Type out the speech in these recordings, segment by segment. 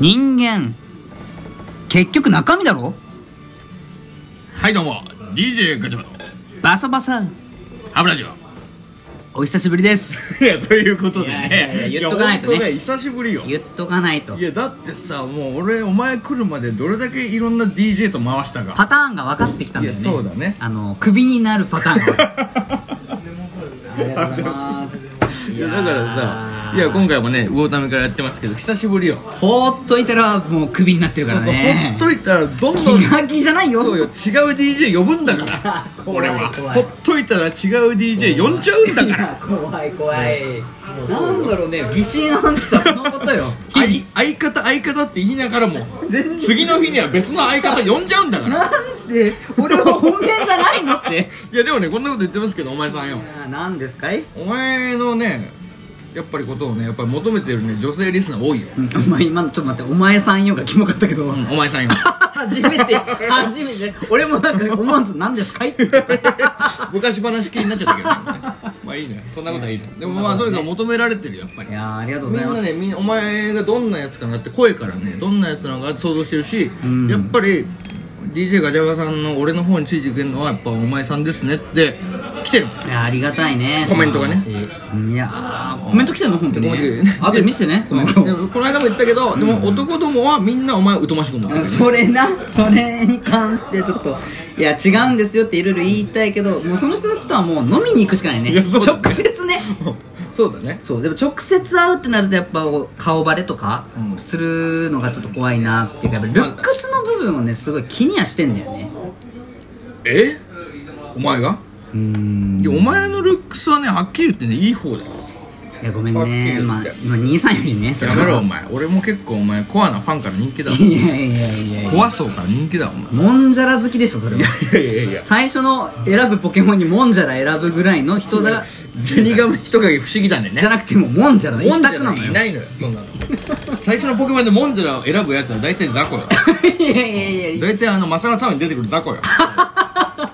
人間結局中身だろはいどうも DJ ガチャマのバサバサハブラジオ お久しぶりですいやということでいやいやねいや言っとかないとねや本当久しぶりよ言っとかないといやだってさもう俺お前来るまでどれだけいろんな DJ と回したかパターンが分かってきたんだよねいやそうだねあのクビになるパターンが分かったありがとうございます いやだからさいや今回もね魚民からやってますけど久しぶりよほーっといたらもうクビになってるかそうらそうねほっといたらどんどん気が気じゃないよ そうよ違う DJ 呼ぶんだから怖い俺は怖ほいっといたら違う DJ 呼んじゃうんだかい らや怖い怖いなんだろうね疑心暗鬼とはこのこと よ相相方相方って言いながらも全然次の日には別の相方呼んじゃうんだからなんで俺は本命じゃないのっていやでもねこんなこと言ってますけどお前さんよ何ですかいお前のねやっぱりことをねやっぱり求めてるね女性リスナー多いよ、お前今のちょっと待ってお前さんよがキモかったけど、うんお前さん よ初めて初めて俺もなんか思わず何ですか いって言っちゃった昔話気になっちゃったけど、ね、まあいいねそんなことはいいねでもまあとにかく求められてるよやっぱりいやーありがとうみごんざいまなすねみんお前がどんなやつかなって声からねどんなやつなのかって想像してるし、んやっぱり DJ ガチャバさんの俺の方についていけるのはやっぱお前さんですねって来てるもんいやありがたいねコメントがねその話いやーコメント来てんの本当にコメねント来てるねあとで見せてねコメントでもこの間も言ったけど、でも男どもはみんなお前を疎ましく思ってるそれなそれに関してちょっといや違うんですよっていろいろ言いたいけどもうその人たちとはもう飲みに行くしかないねいやそうだね直接ね そうだねそうでも直接会うってなるとやっぱ顔バレとかうんするのがちょっと怖いなっていうかやっぱルックスの部分をねすごい気にはしてんだよねえお前がうーんいやお前のルックスはねはっきり言ってねいい方だよいやごめんはっきり言っねてまあ今兄さんよりねそれやはめろお前俺も結構お前コアなファンから人 気だわいやいやいやいや怖そうから人気だわお前もんじゃら好きでしょそれはいやいやいや最初の選ぶポケモンにもんじゃら選ぶぐらいの人だゼニガメ人影不思議だねじゃなくてももんじゃらの一モン択ジャなラのいよないのよそんなの最初のポケモンでモンジャラを選ぶやつは大体雑魚よいやいやいやいや大体あのマサラタウンに出てくる雑魚よ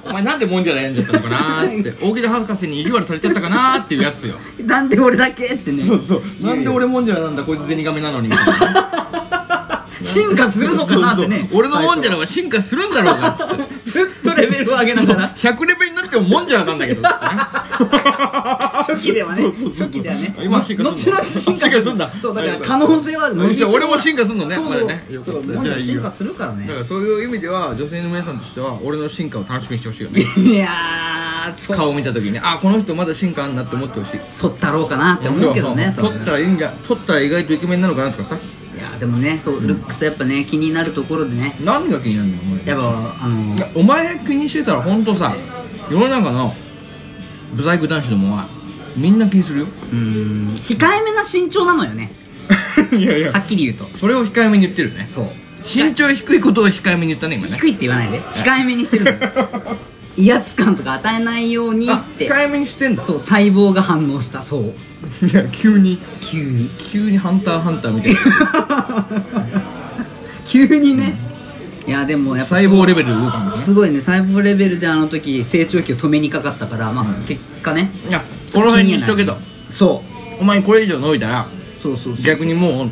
お前なんでモンジャラ選んじゃったのかなーっ つって大木田博士に意地悪されちゃったかなーっていうやつよなんで俺だけってねそうそうなんで俺モンジャラなんだこいつゼニガメなのにみたいな進化するのかなってねそうそう俺のモンジャラは進化するんだろうかっつ ってずっとレベルを上げながら100レベルになってもモンジャラなんだけどですね初期ではねそうそうそう初期ではね今進化す後んの々進化 進化すんだそうだから可能性は無じゃあ俺も進化すんのねそうまだねそうそうよかったもんじゃらじゃあいい進よ化するからだかねらそういう意味では女性の皆さんとしては俺の進化を楽しみにしてほしいよねいやーそう顔を見た時にあこの人まだ進化あんなって思ってほしいそったろうかなって思うけどね多取分っねたらいいんじゃ取ったら意外とイケメンなのかなとかさいやーでもねそうルックスやっぱね気になるところでね何が気になるのお前やっぱあのいやお前気にしてたら本当さ世の中のブサイク男子どもはみんな気にするようーん控えめな身長なのよね いやいはっきり言うとそれを控えめに言ってるねそう身長低いことを控えめに言ったね今ね低いって言わないで控えめにしてるの 威圧感とか与えないようにあって控えめにしてんだそう細胞が反応したそういや急に急に急にハンターハンターみたい な急にね、いやでもやっぱ細胞レベルで動かんのねすごいね細胞レベルであの時成長期を止めにかかったからまあ、うん結果ねいやこの辺にしとけちょとっそお前これ以上伸びたらうそうそうそう逆にもう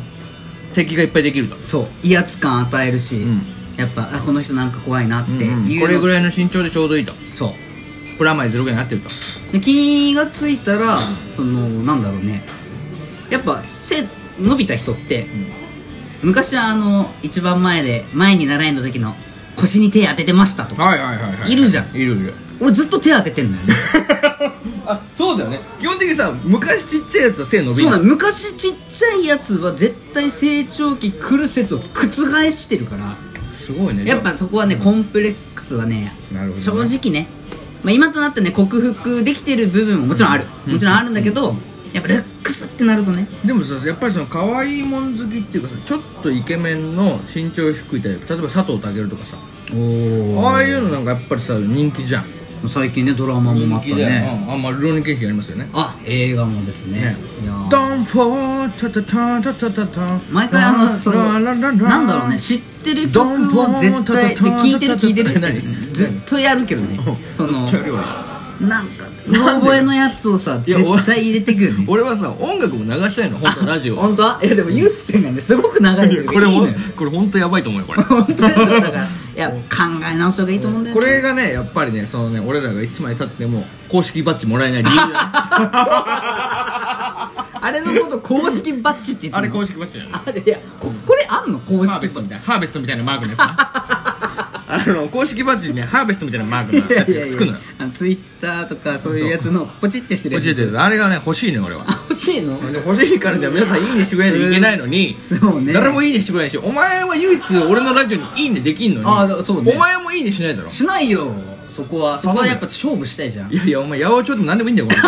敵がいっぱいできるとそう威圧感与えるし、うんやっぱあこの人なんか怖いなってうんいうの、うんこれぐらいの身長でちょうどいいとそうプラマイゼロぐらいになってるとで気がついたらそのなんだろうねやっぱ背伸びた人って昔はあの一番前で前に習いの時の腰に手当ててましたとかはいはいはいはいいるじゃんいるいる俺ずっと手当ててんのよねあそうだよね基本的にさ昔ちっちゃいやつは背伸びそうなるの昔ちっちゃいやつは絶対成長期来る説を覆してるからすごいねやっぱそこはねコンプレックスはねなるほどね正直ね、まあ、今となってね克服できてる部分ももちろんあるうんもちろんあるんだけどやっぱルックスってなるとねでもさやっぱりその可愛いもん好きっていうかさちょっとイケメンの身長低いタイプ例えば佐藤健とかさおああいうのなんかやっぱりさ人気じゃん最近ねドラマもまただよ、ねうん、あんまあルローニケーキありますよねあ映画もですねねいやーダンフォータタタタタタタ毎回あのそのララララなんだろうね知ってる曲を絶対で聞いてる聞いてるって絶対やるけどねそのずっとやるよ俺なんかうろ覚えのやつをさいや俺絶対入れてくよね俺はさ音楽も流したいの本当はラジオ本当はいやでも有線がねすごく流れてる これいいほのんよこれ本当やばいと思うよこれ本当でしょだからいや考え直した方がいいと思うんだよこねれがねやっぱりねそのね俺らがいつまでたっても公式バッジもらえない理由だあれのこと公式バッジって言ってんの あれ公式バッジだよねあれいやここれあんの公ハーベ式ストみたいなハーベストみたいなマークのやつ なあの公式バッジにねハーベストみたいなマークのやつがつくのよあのツイッターとかそういうやつのポチってしてる教やえつてるやつあれがね欲しいね俺はあ欲しいの俺ね欲しいからじゃ皆さんいいねしてくれないといけないのにそうね誰もいいねしてくれないしお前は唯一俺のラジオにいいねできんのにあそうねお前もいいねしないだろしないよそこはそこはやっぱ勝負したいじゃんいやいやお前八百長でも何でもいいんだよこれ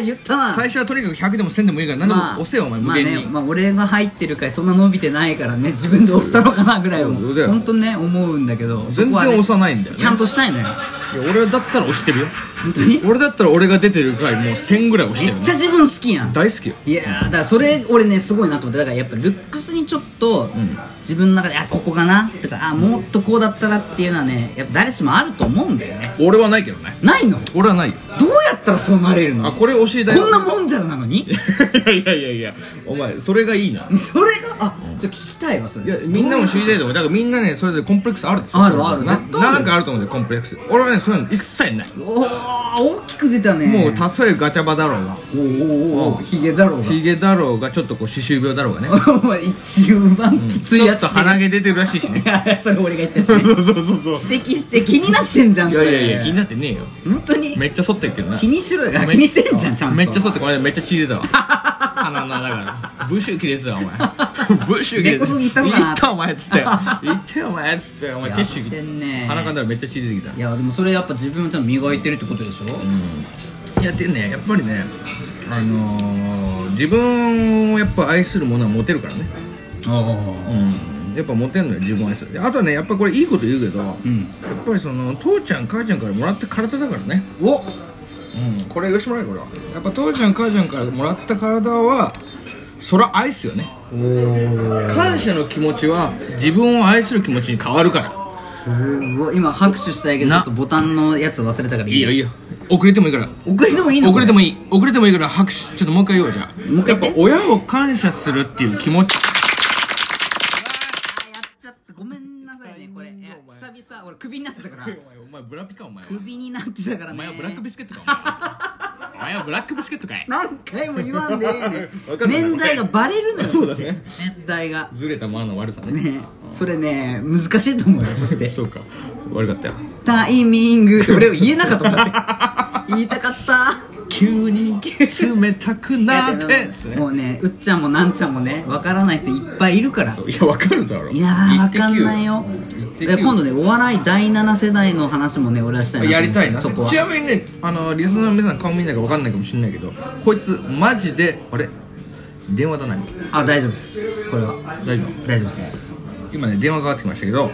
言ったな最初はとにかく100でも1000でもいいから何でも押せよお前無限に、まあねまあ、俺が入ってる回そんな伸びてないからね自分で押したのかなぐらいはそうだよ本当ね思うんだけどそ全然こはね押さないんだよねちゃんとしたいのよいや俺だったら押してるよ本当にめっ俺だったら俺が出てるぐらいもう1000ぐらい押してるねちゃ自分好きやん大好きよいやーだからそれ俺ねすごいなと思ってだからやっぱルックスにちょっとん自分の中であここかなとかあもっとこうだったらっていうのはねやっぱ誰しもあると思うんだよね俺はないけどねないの俺はないよどうやったらそうなれるのあここれ教えたいんなもんじゃらなの にいやいやいやいやお前それがいいなそれがあちょっと聞きたいわそれいやみんなも知りたいと思うだからみんなねそれぞれコンプレックスあるでしょあるあるな絶対あるなんかあると思うんだよコンプレックス俺はねそういうの一切ないおー大きく出たねもうたとえガチャバだろうがおうおうおうおうヒゲだろうがヒゲだろうがちょっとこう歯周病だろうがねお前一番きついやつちょっと鼻毛出てるらしいしねいや それ俺が言ったやつそうねそうそうそ指摘して気になってんじゃんういそやれいやいや気になってねえよ本当にめっちゃ剃ってるけどな気にしろよあ気にしてんじゃんちゃんとめっちゃ剃ってこれめっちゃ血出たわ 鼻の穴からブッシュ切れてたわお前ブッシュ切れ根てこそぎ行ったのかな行ったお前っ つって行ってよお前っつってお前ティッシュやってんね鼻かんだらめっちゃ血出てきいやでもそれやっぱ自分をちゃんと磨いてるってことでしょ、たいやってねやっぱりねあのー自分をやっぱ愛するものはモテるからねあうんやっぱモテるのよ自分を愛するであとねやっぱこれいいこと言うけど、んやっぱりその父ちゃん母ちゃんからもらった体だからねおうんこれ言わしてもらえよこれはやっぱ父ちゃん母ちゃんからもらった体はそら愛っすよね感謝の気持ちは自分を愛する気持ちに変わるからすごい今拍手したいけどちなょっとボタンのやつ忘れたからいいよいいよ遅れてもいいから遅れてもいいの遅れてもいいいい遅れてもいいから拍手ちょっともう一回言おうじゃあもう一回言ってやっぱ親を感謝するっていう気持ちやっちゃったごめんなさいねこれいや久々俺クビになってたからお前ブラピかお前クビになってたからねお前はブラックビスケットか お前お前はブラックビスケットかい何回も言 わんでええねんわかるわ年代がバレるのよそうだね そして年代がずれた間の悪さねねそれね難しいと思うよ そしてそうか悪かったよタイミングって俺は言えなかったもんだ って言いたかった急に冷たくなっいやてでももうねうっちゃんもなんちゃんもねわからない人いっぱいいるからそういやわかるだろいやーわかんないよで今度度ねお笑い第7世代の話もね俺はしたいなとや思りったいなそこはちなみにねあのリスナーの皆さん顔見ないからわかんないかもしれないけどこいつマジであれ電話だないあ大丈夫ですこれは大丈夫大丈夫です今ね電話かかってきましたけど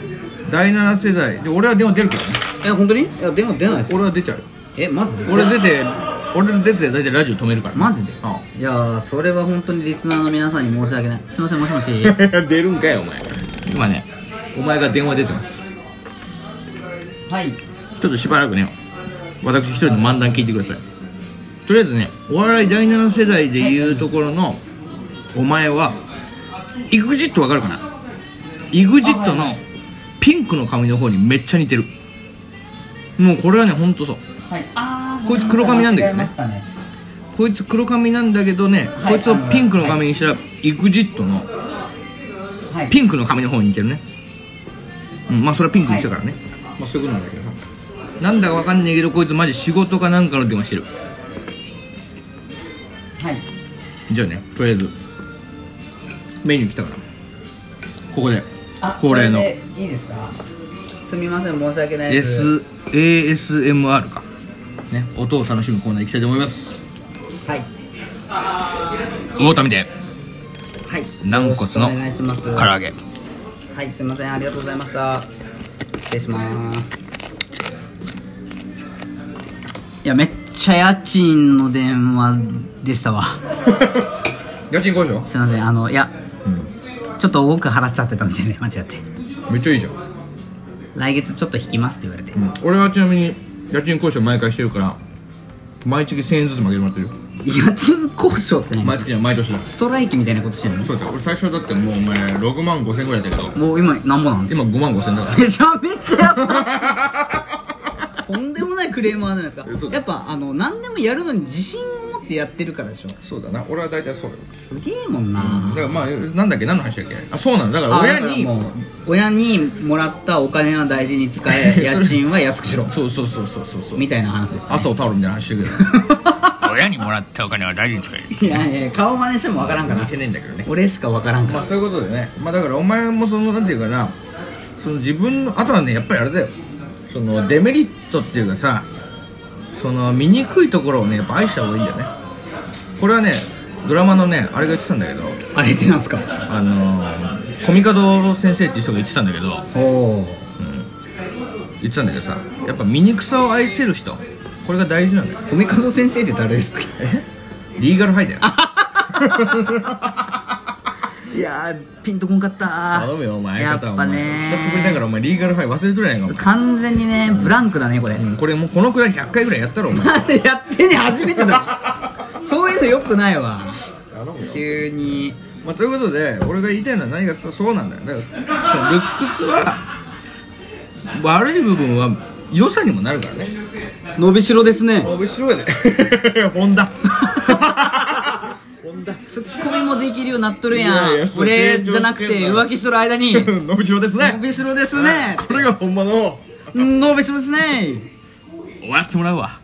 第7世代で俺は電話出るけどねえ本当にいやでも出ないです俺は出ちゃうよえマジで俺出て俺出て大体ラジオ止めるからマジであいやーそれは本当にリスナーの皆さんに申し訳ないすいませんもしもしあ 出るんかいお前今ねお前が電話出てます はいちょっとしばらくね私一人の漫談聞いてくださいとりあえずねお笑い第7世代でいうところのお前は EXIT わかるかな EXIT のピンクの髪の方にめっちゃ似てるもうこれはねほんとそうはいあーこいつ黒髪なんだけど間違えねましたねこいつ黒髪なんだけどね、はいこいつをピンクの髪にしたら EXIT のはいピンクの髪の方に似てるね、うん、まあそれはピンクにしたからね、まあそういうことなんだけどさなんだかわかんねえけどこいつマジ仕事かなんかの電話してるはいじゃあねとりあえずメニュー来たからここであ恒例のそれでいいですかすみません申し訳ないです SASMR かね音を楽しむコーナー行きたいと思いますはい魚民ではい軟骨のよろしくお願いします唐揚げはいすみませんありがとうございました失礼しますいやめっちゃ家賃の電話でしたわ 家賃交渉すいませんあのいや、ちょっと多く払っちゃってたみたいで間違ってめっちゃいいじゃん、来月ちょっと引きますって言われて、俺はちなみに家賃交渉毎回してるから毎月1000円ずつ負けてもらってるよ家賃交渉って何毎月じゃない毎年だストライキみたいなことしてんのそうだよ俺最初だってもうお前6万5千ぐらいだけどもう今なんぼなんですか今5万5千だからめちゃめちゃ安い とんでもないクレーマーじゃないですかえそうだやっぱあの何でもやるのに自信を持ってやってるからでしょそうだな俺は大体そうよすげえもんな、だからまあなんだっけ何の話だっけあそうなのだからあ親だからにもう親にもらったお金は大事に使 え家賃は安くしろそうそうそうそうそうそうみたいな話です、ね、朝をタオルみたいな話してるけど親にもらったお金は大事に使 えいやいや顔真似してもわからんか似らてねえんだけどね俺しかわからんかまらあそういうことでねまあだからお前もそのなんていうかなその自分のあとはねやっぱりあれだよそのデメリットっていうかさその醜いところをねやっぱ愛した方がいいんだよねこれはねドラマのねあれが言ってたんだけどあれってなんすかあのー、コミカド先生っていう人が言ってたんだけどおお言ってたんだけどさやっぱ醜さを愛せる人これが大事なんだよコミカド先生って誰ですかえリーガルハイだ よいやーピンとこんかったー頼むよお前や相っ方おぱ前ねー久しぶりだからお前リーガルハイ忘れとるやないかお前完全にねブランクだねこれ、 うんこれもうこのくらい100回ぐらいやったろお前なんでやってね初めてだそういうのよくないわ急にまあ、ということで俺が言いたいのは何かさそうなんだよだからそのルックスは悪い部分は良さにもなるからね伸びしろですね面白い ねホ ンダホンダツッコミもできるようになっとるやんいやいやそう俺じゃなくて成長してんな浮気しとる間に 伸びしろです伸ね びしろですねこれがほんまの伸びしろですね終わらせてもらうわ